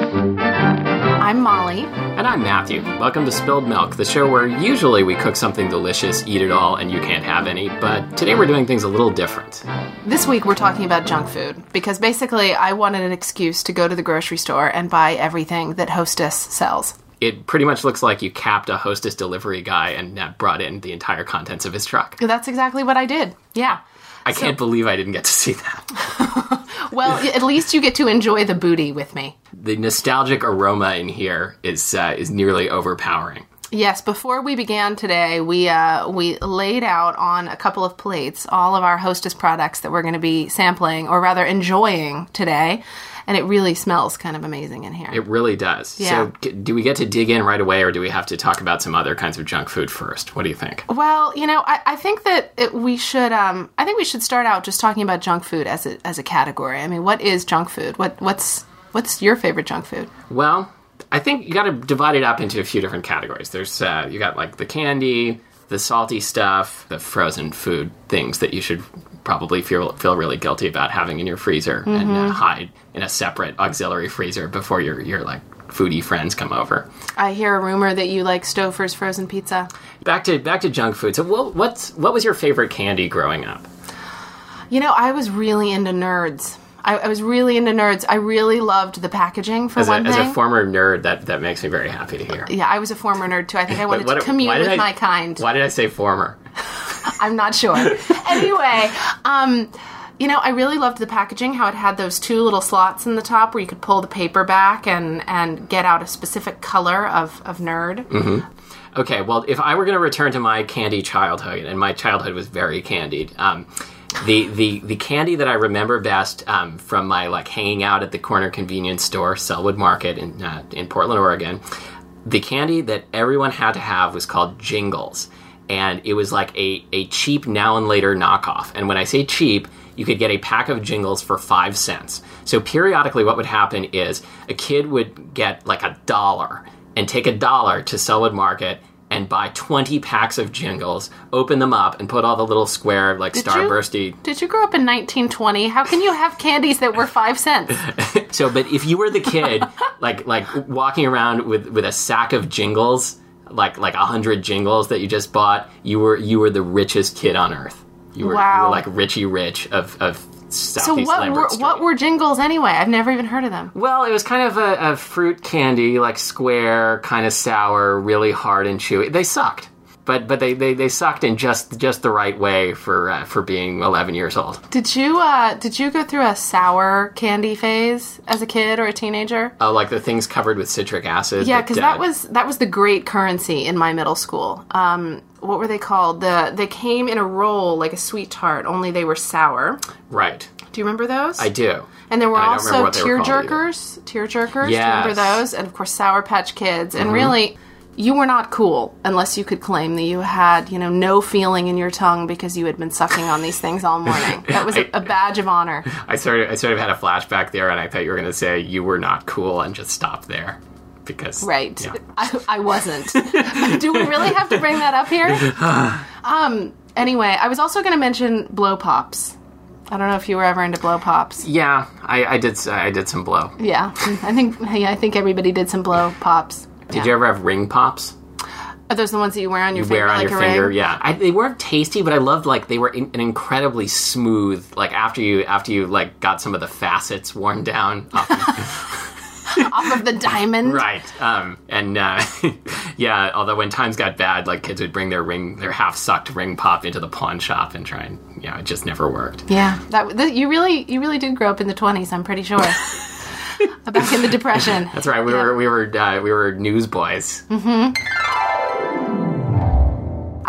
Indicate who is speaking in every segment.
Speaker 1: I'm Molly.
Speaker 2: And I'm Matthew. Welcome to Spilled Milk, the show where usually we cook something delicious, eat it all, and you can't have any. But today we're doing things a little different.
Speaker 1: This week we're talking about junk food because basically I wanted an excuse to go to the grocery store and buy everything that Hostess sells.
Speaker 2: It pretty much looks like you capped a hostess delivery guy and uh, brought in the entire contents of his truck.
Speaker 1: That's exactly what I did. Yeah.
Speaker 2: I can't believe I didn't get to see that.
Speaker 1: Well, at least you get to enjoy the booty with me.
Speaker 2: The nostalgic aroma in here is uh, is nearly overpowering.
Speaker 1: Yes, before we began today, we uh, we laid out on a couple of plates all of our hostess products that we're going to be sampling, or rather enjoying today, and it really smells kind of amazing in here.
Speaker 2: It really does.
Speaker 1: Yeah.
Speaker 2: So, c- do we get to dig in right away, or do we have to talk about some other kinds of junk food first? What do you think?
Speaker 1: well, you know, I, I think that it, we should um, I think we should start out just talking about junk food as a as a category. I mean, what is junk food? What what's what's your favorite junk food?
Speaker 2: Well, I think you got to divide it up into a few different categories. There's uh, you got like the candy, the salty stuff, the frozen food things that you should probably feel feel really guilty about having in your freezer and uh,
Speaker 1: Mm-hmm.
Speaker 2: hide in a separate auxiliary freezer before your your like foodie friends come over.
Speaker 1: I hear a rumor that you like Stouffer's frozen pizza.
Speaker 2: Back to back to junk food. So what what's what was your favorite candy growing up?
Speaker 1: You know, I was really into nerds. I, I was really into nerds. I really loved the packaging for
Speaker 2: As a,
Speaker 1: one
Speaker 2: as
Speaker 1: thing.
Speaker 2: a former nerd, that that makes me very happy to hear.
Speaker 1: yeah, I was a former nerd too. I think I wanted
Speaker 2: What-
Speaker 1: to commune
Speaker 2: why did
Speaker 1: with
Speaker 2: I-
Speaker 1: my kind.
Speaker 2: Why did I say former?
Speaker 1: I'm not sure. anyway, um, you know, I really loved the packaging. How it had those two little slots in the top where you could pull the paper back and and get out a specific color of of nerd.
Speaker 2: Okay, well, if I were going to return to my candy childhood, and my childhood was very candied, um, the, the the candy that I remember best um, from my like hanging out at the corner convenience store, Selwood Market in uh, in Portland, Oregon, the candy that everyone had to have was called Jingles, and it was like a a cheap now and later knockoff. And when I say cheap, you could get a pack of jingles for five cents. So periodically, what would happen is a kid would get like a dollar and take a dollar to Selwood Market and buy 20 packs of jingles, open them up, and put all the little square, like
Speaker 1: you?
Speaker 2: starbursty.
Speaker 1: Did you grow up in 1920? How can you have candies that were five cents?
Speaker 2: So, but if you were the kid, like like walking around with with a sack of jingles, like like a hundred jingles that you just bought, you were you were the richest kid on earth. You were, you
Speaker 1: Wow.
Speaker 2: were like Richie Rich of of Southeast
Speaker 1: So what
Speaker 2: Lambert
Speaker 1: were,
Speaker 2: Street.
Speaker 1: what were jingles anyway? I've never even heard of them.
Speaker 2: Well, it was kind of a, a fruit candy, like square, kind of sour, really hard and chewy. They sucked, but but they, they, they sucked in just just the right way for uh, for being eleven years old.
Speaker 1: Did you uh, did you go through a sour candy phase as a kid or a teenager?
Speaker 2: Uh, like the things covered with citric acid.
Speaker 1: Yeah, because that
Speaker 2: uh,
Speaker 1: was that was the great currency in my middle school. Um, what were they called? The they came in a roll like a sweet tart, only they were sour.
Speaker 2: right.
Speaker 1: Do you remember those?
Speaker 2: I do.
Speaker 1: And there were
Speaker 2: I don't
Speaker 1: also
Speaker 2: remember what they were
Speaker 1: tear
Speaker 2: called either.
Speaker 1: jerkers, tear jerkers. Do
Speaker 2: Yes. Mm-hmm.
Speaker 1: you remember those? And of course, Sour Patch Kids. And really, you were not cool unless you could claim that you had, you know, no feeling in your tongue because you had been sucking on these things all morning. That was a, a badge of honor.
Speaker 2: I sort of I sort of had a flashback there, and I thought you were going to say you were not cool and just stop there. because
Speaker 1: Right.
Speaker 2: yeah.
Speaker 1: I, I wasn't. Do we really have to bring that up here? Um. Anyway, I was also going to mention blow pops. I don't know if you were ever into blow pops.
Speaker 2: Yeah, I, I did. s- I did some blow.
Speaker 1: Yeah, I think yeah, I think everybody did some blow pops.
Speaker 2: Did you ever have ring pops?
Speaker 1: Are those the ones that you wear on your finger?
Speaker 2: wear on
Speaker 1: like
Speaker 2: your
Speaker 1: a ring?
Speaker 2: finger. Yeah, I, they weren't tasty, but I loved like they were in, an incredibly smooth. Like after you after you like got some of the facets worn down. off-
Speaker 1: off of the diamond.
Speaker 2: right. Um. And uh, yeah. Although when times got bad, like kids would bring their ring, their half sucked ring pop into the pawn shop and try and you know it just never worked.
Speaker 1: Yeah, that, that you really you really did grow up in the twenties. I'm pretty sure. Back in the depression.
Speaker 2: That's right. We were we were uh, we were newsboys.
Speaker 1: I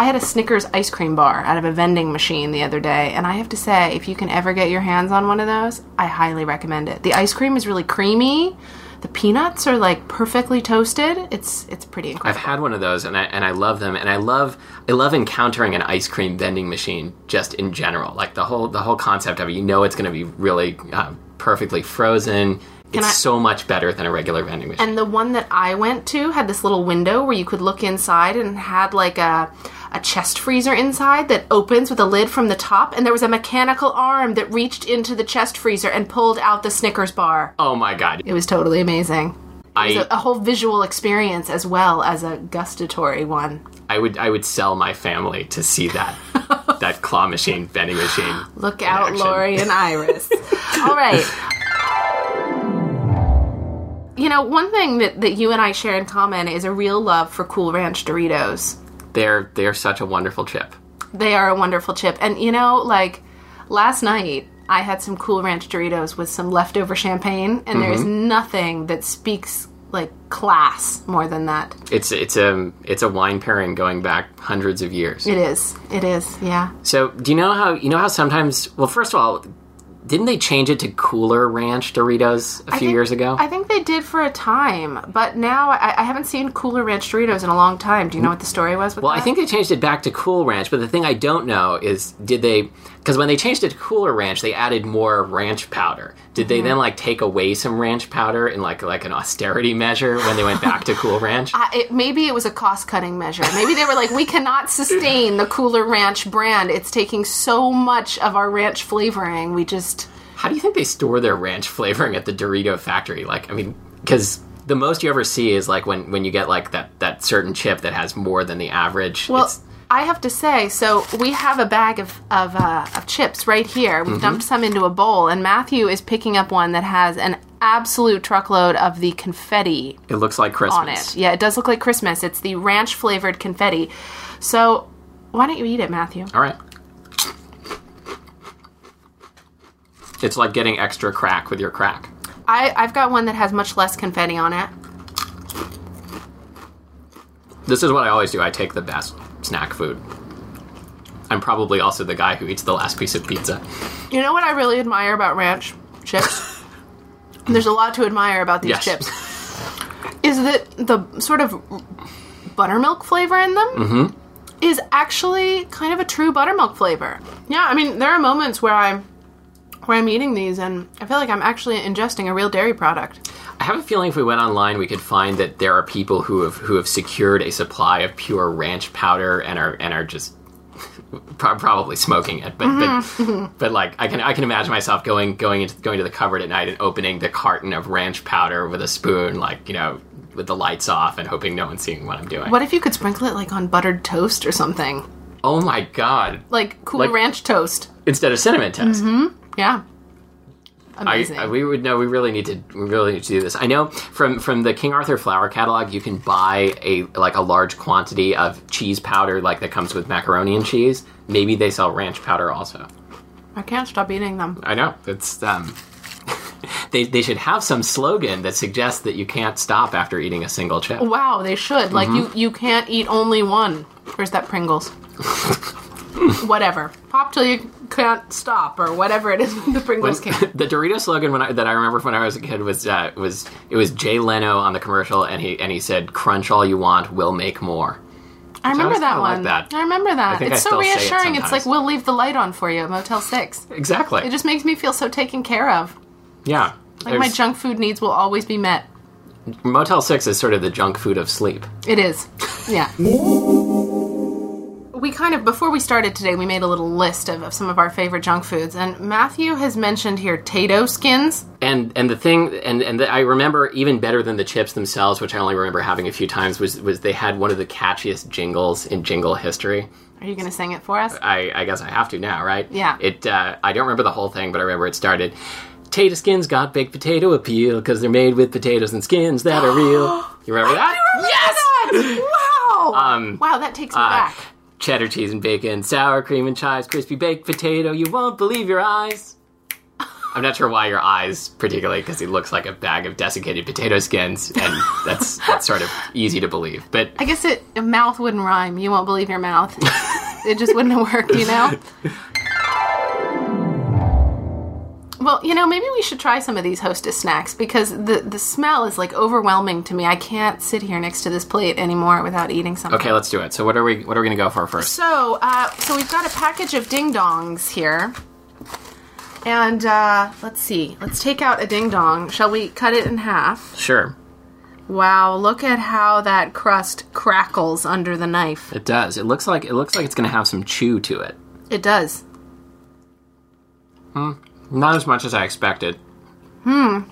Speaker 1: had a Snickers ice cream bar out of a vending machine the other day, and I have to say, if you can ever get your hands on one of those, I highly recommend it. The ice cream is really creamy. The peanuts are like perfectly toasted. It's it's pretty incredible.
Speaker 2: I've had one of those, and I and I love them, and I love I love encountering an ice cream vending machine just in general, like the whole the whole concept of it. You know, it's going to be really uh, perfectly frozen. It's
Speaker 1: I-
Speaker 2: so much better than a regular vending machine.
Speaker 1: And the one that I went to had this little window where you could look inside and had like a a chest freezer inside that opens with a lid from the top and there was a mechanical arm that reached into the chest freezer and pulled out the Snickers bar.
Speaker 2: oh my god!
Speaker 1: It was totally amazing. It was
Speaker 2: I
Speaker 1: a, a whole visual experience as well as a gustatory one.
Speaker 2: I would I would sell my family to see that that claw machine vending machine.
Speaker 1: Look out,
Speaker 2: action.
Speaker 1: Lori and Iris. All right. You know, one thing that, that you and I share in common is a real love for Cool Ranch Doritos.
Speaker 2: They're they're such a wonderful chip.
Speaker 1: They are a wonderful chip. And you know, like last night, I had some Cool Ranch Doritos with some leftover champagne, and there is nothing that speaks like class more than that.
Speaker 2: It's it's a it's a wine pairing going back hundreds of years.
Speaker 1: It is. It is. Yeah.
Speaker 2: So, do you know how you know how sometimes? Well, first of all, didn't they change it to Cooler Ranch Doritos a few
Speaker 1: think-
Speaker 2: years ago?
Speaker 1: I think they did for a time, but now I, I haven't seen Cooler Ranch Doritos in a long time. Do you know what the story was with
Speaker 2: well, I
Speaker 1: that?
Speaker 2: think they changed it back to Cool Ranch, but the thing I don't know is did they? Because when they changed it to Cooler Ranch, they added more ranch powder. Did
Speaker 1: Mm-hmm.
Speaker 2: they then like take away some ranch powder in like like an austerity measure when they went back to Cool Ranch?
Speaker 1: I- Uh, it, maybe it was a cost cutting measure. Maybe they were like, we cannot sustain the Cooler Ranch brand. It's taking so much of our ranch flavoring. We just.
Speaker 2: How do you think they store their ranch flavoring at the Dorito factory? Like, I mean, because the most you ever see is like when when you get like that that certain chip that has more than the average.
Speaker 1: Well,
Speaker 2: It's-
Speaker 1: I have to say, so we have a bag of of, uh, of chips right here.
Speaker 2: Mm-hmm.
Speaker 1: We've dumped some into a bowl, and Matthew is picking up one that has an absolute truckload of the confetti
Speaker 2: it looks like
Speaker 1: on
Speaker 2: Christmas.
Speaker 1: it. Yeah, it does look like Christmas. It's the ranch flavored confetti. So why don't you eat it, Matthew?
Speaker 2: All right. It's like getting extra crack with your crack.
Speaker 1: I, I've got one that has much less confetti on it.
Speaker 2: This is what I always do. I take the best snack food. I'm probably also the guy who eats the last piece of pizza.
Speaker 1: You know what I really admire about ranch chips? There's a lot to admire about these
Speaker 2: Yes.
Speaker 1: chips. Is that the sort of buttermilk flavor in them is actually kind of a true buttermilk flavor. Yeah, I mean there are moments where I'm where I'm eating these and I feel like I'm actually ingesting a real dairy product.
Speaker 2: I have a feeling if we went online, we could find that there are people who have who have secured a supply of pure ranch powder and are and are just pro- probably smoking it. But but, but like I can I can imagine myself going going into going to the cupboard at night and opening the carton of ranch powder with a spoon, like you know, with the lights off and hoping no one's seeing what I'm doing.
Speaker 1: What if you could sprinkle it like on buttered toast or something?
Speaker 2: Oh my god!
Speaker 1: Like cool
Speaker 2: Like-
Speaker 1: ranch toast.
Speaker 2: Instead of cinnamon toast.
Speaker 1: Yeah.
Speaker 2: I,
Speaker 1: Amazing.
Speaker 2: I- we would know. We really need to. We really need to do this. I know from from the King Arthur flour catalog, you can buy a like a large quantity of cheese powder, like that comes with macaroni and cheese. Maybe they sell ranch powder also.
Speaker 1: I can't stop eating them.
Speaker 2: I know it's um. they they should have some slogan that suggests that you can't stop after eating a single chip.
Speaker 1: Wow, they should. Like
Speaker 2: Mm-hmm.
Speaker 1: you you can't eat only one. Where's that Pringles? whatever. Pop till you can't stop or whatever it is the Pringles can.
Speaker 2: the Dorito slogan when I, that I remember when I was a kid was uh, was it was Jay Leno on the commercial and he and he said crunch all you want we'll make more.
Speaker 1: I remember
Speaker 2: always
Speaker 1: that
Speaker 2: kinda like
Speaker 1: one.
Speaker 2: that.
Speaker 1: I remember that.
Speaker 2: think
Speaker 1: it's so
Speaker 2: I still say it
Speaker 1: reassuring. it's like
Speaker 2: sometimes.
Speaker 1: we'll leave the light on for you at Motel 6.
Speaker 2: Exactly.
Speaker 1: It just makes me feel so taken care of.
Speaker 2: yeah.
Speaker 1: Like my
Speaker 2: There's-
Speaker 1: junk food needs will always be met.
Speaker 2: Motel Six is sort of the junk food of sleep.
Speaker 1: It is. Yeah. we kind of, before we started today, we made a little list of, of some of our favorite junk foods. And Matthew has mentioned here Tato skins.
Speaker 2: and and the thing and and the, I remember even better than the chips themselves, which I only remember having a few times, was was they had one of the catchiest jingles in jingle history.
Speaker 1: Are you going to sing it for us?
Speaker 2: I, I guess I have to now, right?
Speaker 1: Yeah.
Speaker 2: It. Uh, I don't remember the whole thing, but I remember it started. Potato skins got baked potato appeal because they're made with potatoes and skins that are real. You remember that?
Speaker 1: Yes! Oh wow! wow, that takes me back.
Speaker 2: Cheddar cheese and bacon, sour cream and chives, crispy baked potato. You won't believe your eyes. I'm not sure why your eyes, particularly because he looks like a bag of desiccated potato skins, and that's that's sort of easy to believe. But
Speaker 1: I guess it a mouth wouldn't rhyme. You won't believe your mouth. it just wouldn't have worked, you know? Well, you know, maybe we should try some of these hostess snacks because the the smell is like overwhelming to me. I can't sit here next to this plate anymore without eating something.
Speaker 2: okay, let's do it. So what are we what are we gonna go for first?
Speaker 1: So, uh, so we've got a package of ding dongs here, and uh, let's see. Let's take out a ding dong. Shall we cut it in half?
Speaker 2: Sure,
Speaker 1: Wow! Look at how that crust crackles under the knife.
Speaker 2: it does. It looks like it looks like it's gonna have some chew to it.
Speaker 1: It does.
Speaker 2: Not as much as I expected.
Speaker 1: Wow,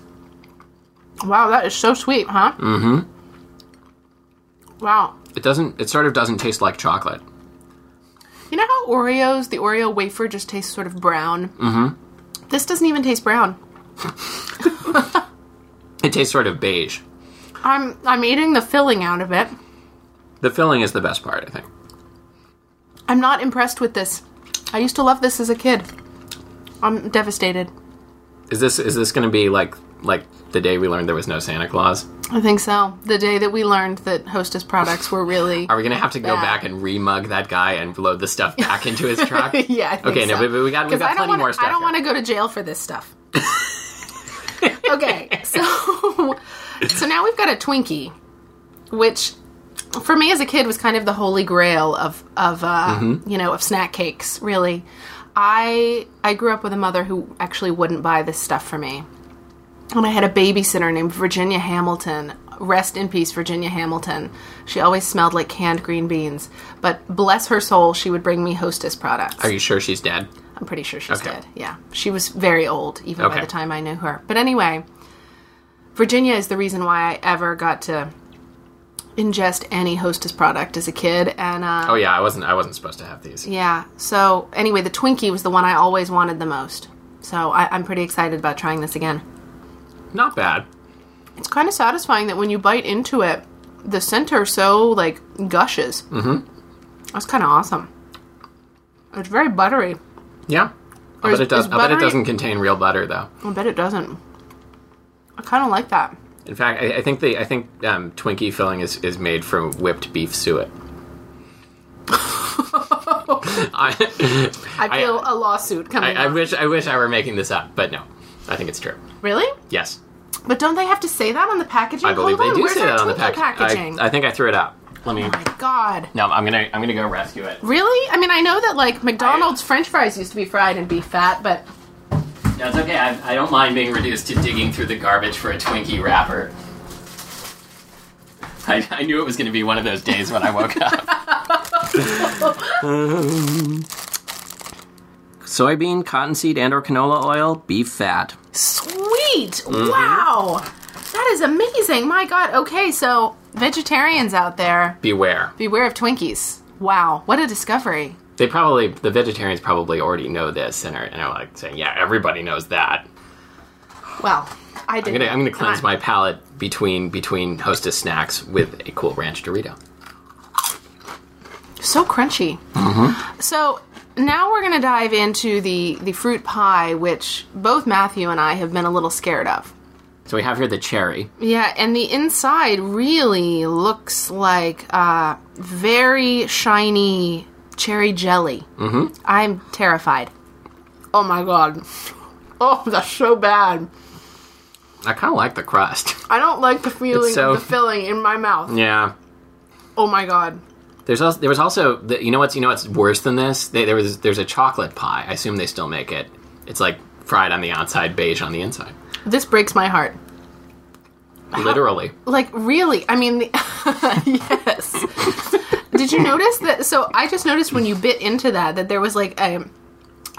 Speaker 1: that is so sweet, huh? Mm-hmm. Wow.
Speaker 2: It doesn't. It sort of doesn't taste like chocolate.
Speaker 1: You know how Oreos, the Oreo wafer, just tastes sort of brown. Mm-hmm. This doesn't even taste brown.
Speaker 2: It tastes sort of beige.
Speaker 1: I'm I'm eating the filling out of it.
Speaker 2: The filling is the best part, I think.
Speaker 1: I'm not impressed with this. I used to love this as a kid. I'm devastated.
Speaker 2: Is this is this gonna be like like the day we learned there was no Santa Claus?
Speaker 1: I think so. The day that we learned that Hostess products were really
Speaker 2: Are we gonna have to go
Speaker 1: Bad.
Speaker 2: back and remug that guy and load the stuff back into his truck?
Speaker 1: yeah. I think
Speaker 2: Okay,
Speaker 1: so.
Speaker 2: no, but but we got we
Speaker 1: 'Cause I don't
Speaker 2: got plenty
Speaker 1: wanna-
Speaker 2: more stuff.
Speaker 1: I don't
Speaker 2: here.
Speaker 1: want to go to jail for this stuff. okay, so so now we've got a Twinkie, which for me as a kid was kind of the holy grail of of uh, you know of snack cakes. Really, I I grew up with a mother who actually wouldn't buy this stuff for me, and I had a babysitter named Virginia Hamilton. Rest in peace, Virginia Hamilton. She always smelled like canned green beans, but bless her soul, she would bring me Hostess products.
Speaker 2: Are you sure she's dead?
Speaker 1: I'm pretty sure she's
Speaker 2: Okay.
Speaker 1: dead. Yeah. She was very old even by
Speaker 2: Okay.
Speaker 1: the time I knew her. But anyway, Virginia is the reason why I ever got to ingest any hostess product as a kid and uh
Speaker 2: Oh yeah, I wasn't I wasn't supposed to have these.
Speaker 1: yeah. So anyway, the Twinkie was the one I always wanted the most. So I, I'm pretty excited about trying this again.
Speaker 2: Not bad.
Speaker 1: It's kind of satisfying that when you bite into it, the center so like gushes. Mm-hmm. That's kind of awesome. It's very buttery.
Speaker 2: Yeah. I
Speaker 1: Or is-
Speaker 2: bet it does
Speaker 1: is
Speaker 2: I bet it
Speaker 1: buttery-
Speaker 2: doesn't contain real butter though.
Speaker 1: I bet it doesn't. I kind of like that.
Speaker 2: In fact, I, I think the I think um, Twinkie filling is, is made from whipped beef suet. I,
Speaker 1: I
Speaker 2: I-
Speaker 1: feel a lawsuit
Speaker 2: I,
Speaker 1: coming.
Speaker 2: I
Speaker 1: up.
Speaker 2: wish I wish I were making this up, but no. I think it's true.
Speaker 1: really?
Speaker 2: Yes.
Speaker 1: But don't they have to say that on the packaging?
Speaker 2: I believe
Speaker 1: Hold on,
Speaker 2: they do
Speaker 1: where's
Speaker 2: say
Speaker 1: our
Speaker 2: that on the
Speaker 1: Twinkie
Speaker 2: pack-
Speaker 1: packaging. Oh
Speaker 2: I, I think I threw it out. Let me
Speaker 1: My God,
Speaker 2: No, I'm gonna I'm gonna go rescue it.
Speaker 1: really? I mean, I know that like McDonald's French fries used to be fried and be fat, but
Speaker 2: No, it's okay. I, I don't mind being reduced to digging through the garbage for a Twinkie wrapper. I, I knew it was going to be one of those days when I woke up. soybean, cottonseed, and/or canola oil, beef fat.
Speaker 1: sweet!
Speaker 2: Mm-hmm.
Speaker 1: Wow, that is amazing. My God. Okay, so vegetarians out there,
Speaker 2: Beware.
Speaker 1: beware of Twinkies. Wow, what a discovery.
Speaker 2: They probably the vegetarians probably already know this and are, and are like saying, "Yeah, everybody knows that."
Speaker 1: Well, I
Speaker 2: I'm
Speaker 1: did.
Speaker 2: gonna I'm gonna cleanse my palate between between Hostess snacks with a Cool Ranch Dorito.
Speaker 1: so crunchy.
Speaker 2: Mm-hmm.
Speaker 1: So now we're going to dive into the the fruit pie, which both Matthew and I have been a little scared of.
Speaker 2: So we have here the cherry.
Speaker 1: Yeah, and the inside really looks like uh, very shiny cherry jelly. Mm-hmm. I'm terrified. Oh my god. Oh, that's so bad.
Speaker 2: I kind of like the crust.
Speaker 1: I don't like the feeling,
Speaker 2: It's so-
Speaker 1: the filling in my mouth.
Speaker 2: Yeah.
Speaker 1: Oh my god.
Speaker 2: There's also there was also the, you know what's you know what's worse than this? They, there was there's a chocolate pie. I assume they still make it. It's like fried on the outside, beige on the inside.
Speaker 1: This breaks my heart.
Speaker 2: literally.
Speaker 1: Like really? I mean, the, yes. Did you notice that? So I just noticed when you bit into that that there was like a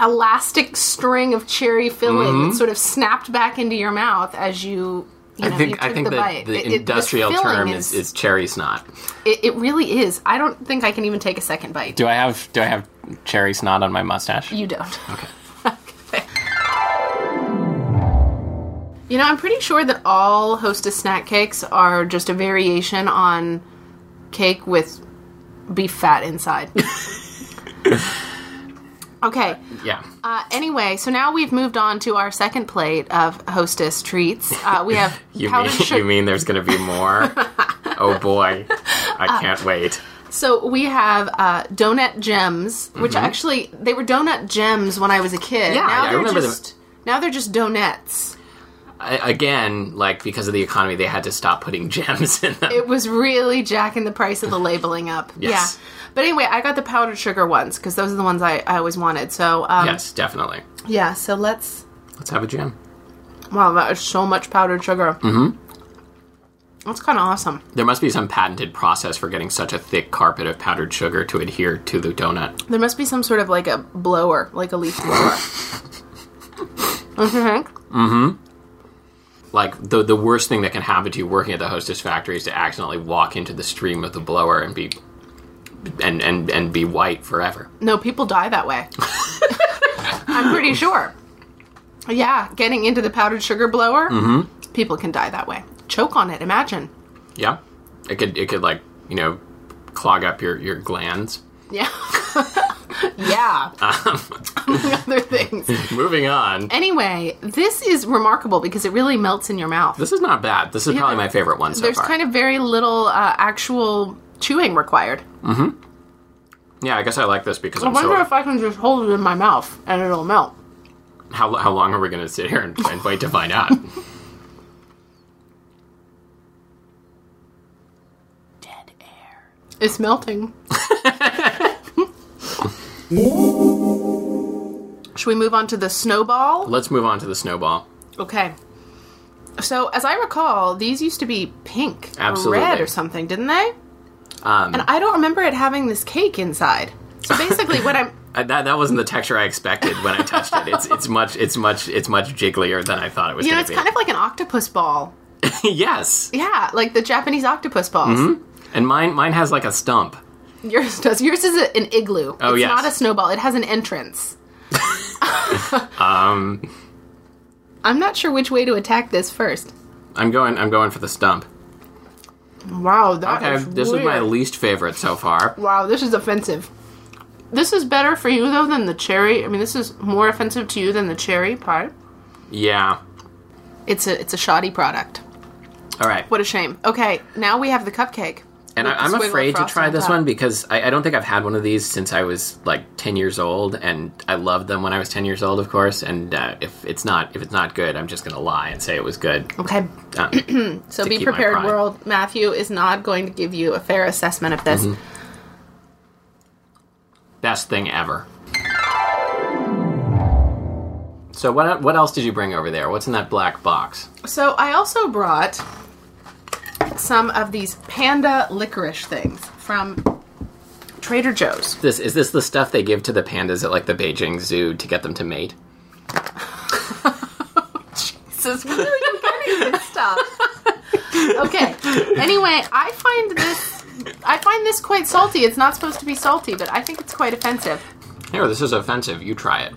Speaker 1: elastic string of cherry filling that sort of snapped back into your mouth as you. You
Speaker 2: Mm-hmm. I
Speaker 1: know, you
Speaker 2: think
Speaker 1: took
Speaker 2: I think
Speaker 1: the,
Speaker 2: that
Speaker 1: bite.
Speaker 2: the
Speaker 1: It- it- this
Speaker 2: industrial
Speaker 1: filling
Speaker 2: term is, is cherry snot.
Speaker 1: it, it really is. I don't think I can even take a second bite.
Speaker 2: Do I have do I have cherry snot on my mustache?
Speaker 1: You don't. Okay. You know, I'm pretty sure that all hostess snack cakes are just a variation on cake with beef fat inside. okay.
Speaker 2: Yeah.
Speaker 1: Uh, anyway, so now we've moved on to our second plate of hostess treats. Uh, we have
Speaker 2: You
Speaker 1: powdered
Speaker 2: mean
Speaker 1: sugar.
Speaker 2: you mean there's gonna be more? oh boy,
Speaker 1: Uh,
Speaker 2: I can't wait.
Speaker 1: So we have uh, donut gems, which actually they were donut gems when I was a kid.
Speaker 2: Mm-hmm. Yeah,
Speaker 1: now
Speaker 2: yeah, I
Speaker 1: they're
Speaker 2: remember them.
Speaker 1: just now they're just donuts.
Speaker 2: I, again, like because of the economy, they had to stop putting gems in them.
Speaker 1: It was really jacking the price of the labeling up.
Speaker 2: Yes.
Speaker 1: Yeah. But anyway, I got the powdered sugar ones because those are the ones I, I always wanted. So um,
Speaker 2: yes, definitely.
Speaker 1: yeah, so let's.
Speaker 2: Let's have a gem.
Speaker 1: Wow, that is so much powdered sugar. Mm-hmm. That's kind of awesome.
Speaker 2: There must be some patented process for getting such a thick carpet of powdered sugar to adhere to the donut.
Speaker 1: There must be some sort of like a blower, like a leaf blower. Don't you think?
Speaker 2: Like the the worst thing that can happen to you working at the Hostess factory is to accidentally walk into the stream of the blower and be and and and be white forever.
Speaker 1: No, people die that way. I'm pretty sure. Yeah, getting into the powdered sugar blower,
Speaker 2: Mm-hmm.
Speaker 1: people can die that way. Choke on it, imagine.
Speaker 2: Yeah, it could it could like you know clog up your your glands.
Speaker 1: Yeah. yeah.
Speaker 2: Um,
Speaker 1: Among other things.
Speaker 2: Moving on.
Speaker 1: Anyway, this is remarkable because it really melts in your mouth.
Speaker 2: This is not bad. This is probably my favorite one so
Speaker 1: There's
Speaker 2: far.
Speaker 1: kind of very little uh, actual chewing required.
Speaker 2: yeah, I guess I like this because
Speaker 1: I
Speaker 2: I'm
Speaker 1: wonder
Speaker 2: so.
Speaker 1: if I can just hold it in my mouth and it'll melt.
Speaker 2: How, how long are we going to sit here and, and wait to find out?
Speaker 1: It's melting. Should we move on to the snowball?
Speaker 2: Let's move on to the snowball.
Speaker 1: Okay. So, as I recall, these used to be pink
Speaker 2: Absolutely.
Speaker 1: or red or something, didn't they?
Speaker 2: Um,
Speaker 1: And I don't remember it having this cake inside. So basically, what I'm
Speaker 2: I, that that wasn't the texture I expected when I touched it. It's it's much it's much it's much jigglier than I thought it was.
Speaker 1: you know,
Speaker 2: going
Speaker 1: it's
Speaker 2: to be.
Speaker 1: kind of like an octopus ball.
Speaker 2: yes,
Speaker 1: Yeah, like the Japanese octopus balls.
Speaker 2: Mm-hmm. and mine mine has like a stump.
Speaker 1: Yours does. Yours is a, an igloo.
Speaker 2: Oh,
Speaker 1: it's
Speaker 2: yes.
Speaker 1: not a snowball. It has an entrance. um, I'm not sure which way to attack this first.
Speaker 2: I'm going I'm going for the stump.
Speaker 1: Wow, that
Speaker 2: Okay,
Speaker 1: is
Speaker 2: this is my
Speaker 1: weird.
Speaker 2: least favorite so far.
Speaker 1: Wow, this is offensive. This is better for you though than the cherry. I mean, this is more offensive to you than the cherry pie.
Speaker 2: Yeah.
Speaker 1: It's a it's a shoddy product.
Speaker 2: All right.
Speaker 1: What a shame. Okay, now we have the cupcake.
Speaker 2: and I,
Speaker 1: with the
Speaker 2: I'm
Speaker 1: squiggle
Speaker 2: afraid to
Speaker 1: frost
Speaker 2: try
Speaker 1: on
Speaker 2: this
Speaker 1: top.
Speaker 2: one because I, I don't think I've had one of these since I was like 10 years old, and I loved them when I was 10 years old, of course. And uh, if it's not if it's not good, I'm just gonna lie and say it was good.
Speaker 1: Okay,
Speaker 2: Um,
Speaker 1: so
Speaker 2: to
Speaker 1: be
Speaker 2: keep my
Speaker 1: prepared,
Speaker 2: pride.
Speaker 1: world. Matthew is not going to give you a fair assessment of this.
Speaker 2: Mm-hmm. best thing ever. So what what else did you bring over there? What's in that black box?
Speaker 1: So I also brought some of these panda licorice things from Trader Joe's.
Speaker 2: This is this the stuff they give to the pandas at like the Beijing Zoo to get them to mate?
Speaker 1: Jesus, where are you getting this stuff? okay. Anyway, I find this I find this quite salty. It's not supposed to be salty, but I think it's quite offensive.
Speaker 2: Here, this is offensive. You try it.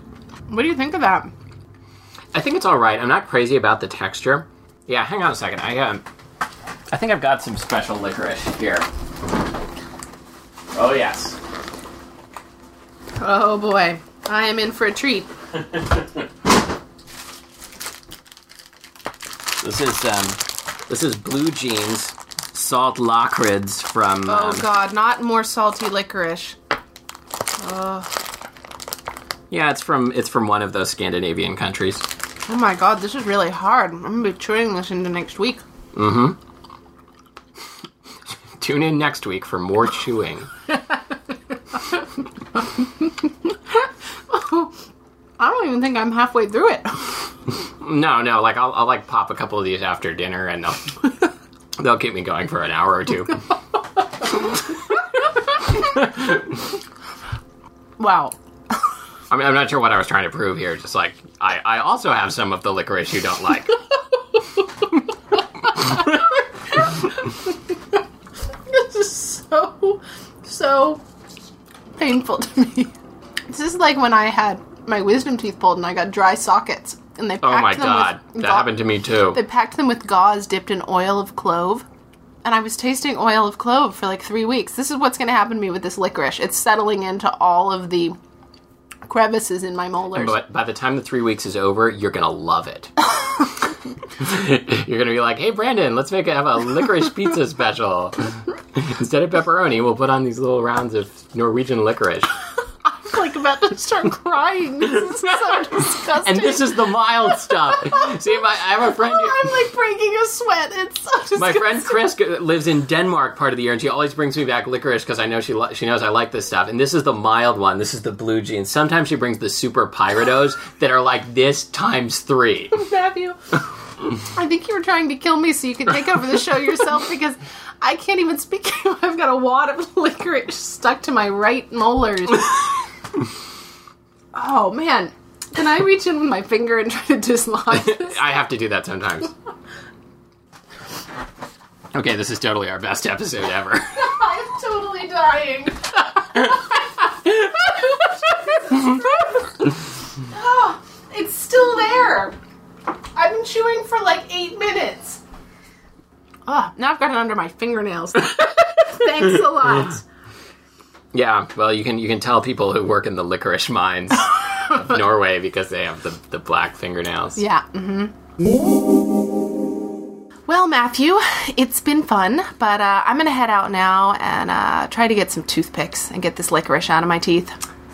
Speaker 1: What do you think of that?
Speaker 2: I think it's all right. I'm not crazy about the texture. Yeah, hang on a second. I um, I think I've got some special licorice here. Oh yes.
Speaker 1: Oh boy. I am in for a treat.
Speaker 2: This is um, this is blue jeans salt lacrids from.
Speaker 1: Oh
Speaker 2: um,
Speaker 1: god, not more salty licorice.
Speaker 2: Yeah, it's from it's from one of those Scandinavian countries.
Speaker 1: Oh my god, this is really hard. I'm gonna be chewing this into next week.
Speaker 2: Tune in next week for more chewing.
Speaker 1: I don't even think I'm halfway through it.
Speaker 2: No, no, like I'll, I'll like pop a couple of these after dinner and I'll They'll keep me going for an hour or two.
Speaker 1: Wow.
Speaker 2: I mean, I'm not sure what I was trying to prove here. Just like I, I also have some of the licorice you don't like.
Speaker 1: This is so, so painful to me. This is like when I had my wisdom teeth pulled and I got dry sockets, and they packed
Speaker 2: Oh my
Speaker 1: them
Speaker 2: god,
Speaker 1: with
Speaker 2: that happened to me too.
Speaker 1: They packed them with gauze dipped in oil of clove. And I was tasting oil of clove for like three weeks. This is what's going to happen to me with this licorice. It's settling into all of the crevices in my molars.
Speaker 2: But by the time the three weeks is over, you're gonna love it. you're gonna be like, "Hey, Brandon, let's make a, have a licorice pizza special. Instead of pepperoni, we'll put on these little rounds of Norwegian licorice."
Speaker 1: I'm like about to start crying. This is so disgusting. Oh,
Speaker 2: And this is the mild stuff. See, my, I have a friend. who-
Speaker 1: I'm like breaking a sweat. It's so disgusting.
Speaker 2: My friend Chris g- lives in Denmark part of the year, and she always brings me back licorice because I know she li- she knows I like this stuff. And this is the mild one. This is the blue jean. Sometimes she brings the super pyridos that are like this times three.
Speaker 1: Matthew. I think you were trying to kill me so you could take over the show yourself because I can't even speak. I've got a wad of licorice stuck to my right molars. oh man. Can I reach in with my finger and try to dislodge this?
Speaker 2: I have to do that sometimes. Okay, this is totally our best episode ever.
Speaker 1: I'm totally dying. oh, it's still there. I've been chewing for like eight minutes. Oh, now I've got it under my fingernails. Thanks a lot.
Speaker 2: yeah, well, you can you can tell people who work in the licorice mines of Norway because they have the, the black fingernails.
Speaker 1: Yeah. Mm-hmm. Well, Matthew, it's been fun, but uh, I'm gonna head out now and uh, try to get some toothpicks and get this licorice out of my teeth.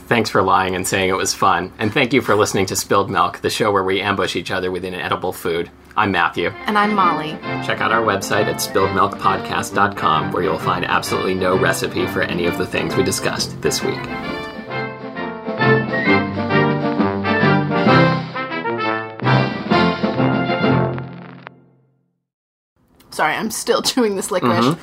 Speaker 2: Thanks for lying and saying it was fun. And thank you for listening to Spilled Milk, the show where we ambush each other with an edible food. I'm Matthew.
Speaker 1: And I'm Molly.
Speaker 2: Check out our website at spilledmilkpodcast.com where you'll find absolutely no recipe for any of the things we discussed this week.
Speaker 1: Sorry, I'm still chewing this licorice.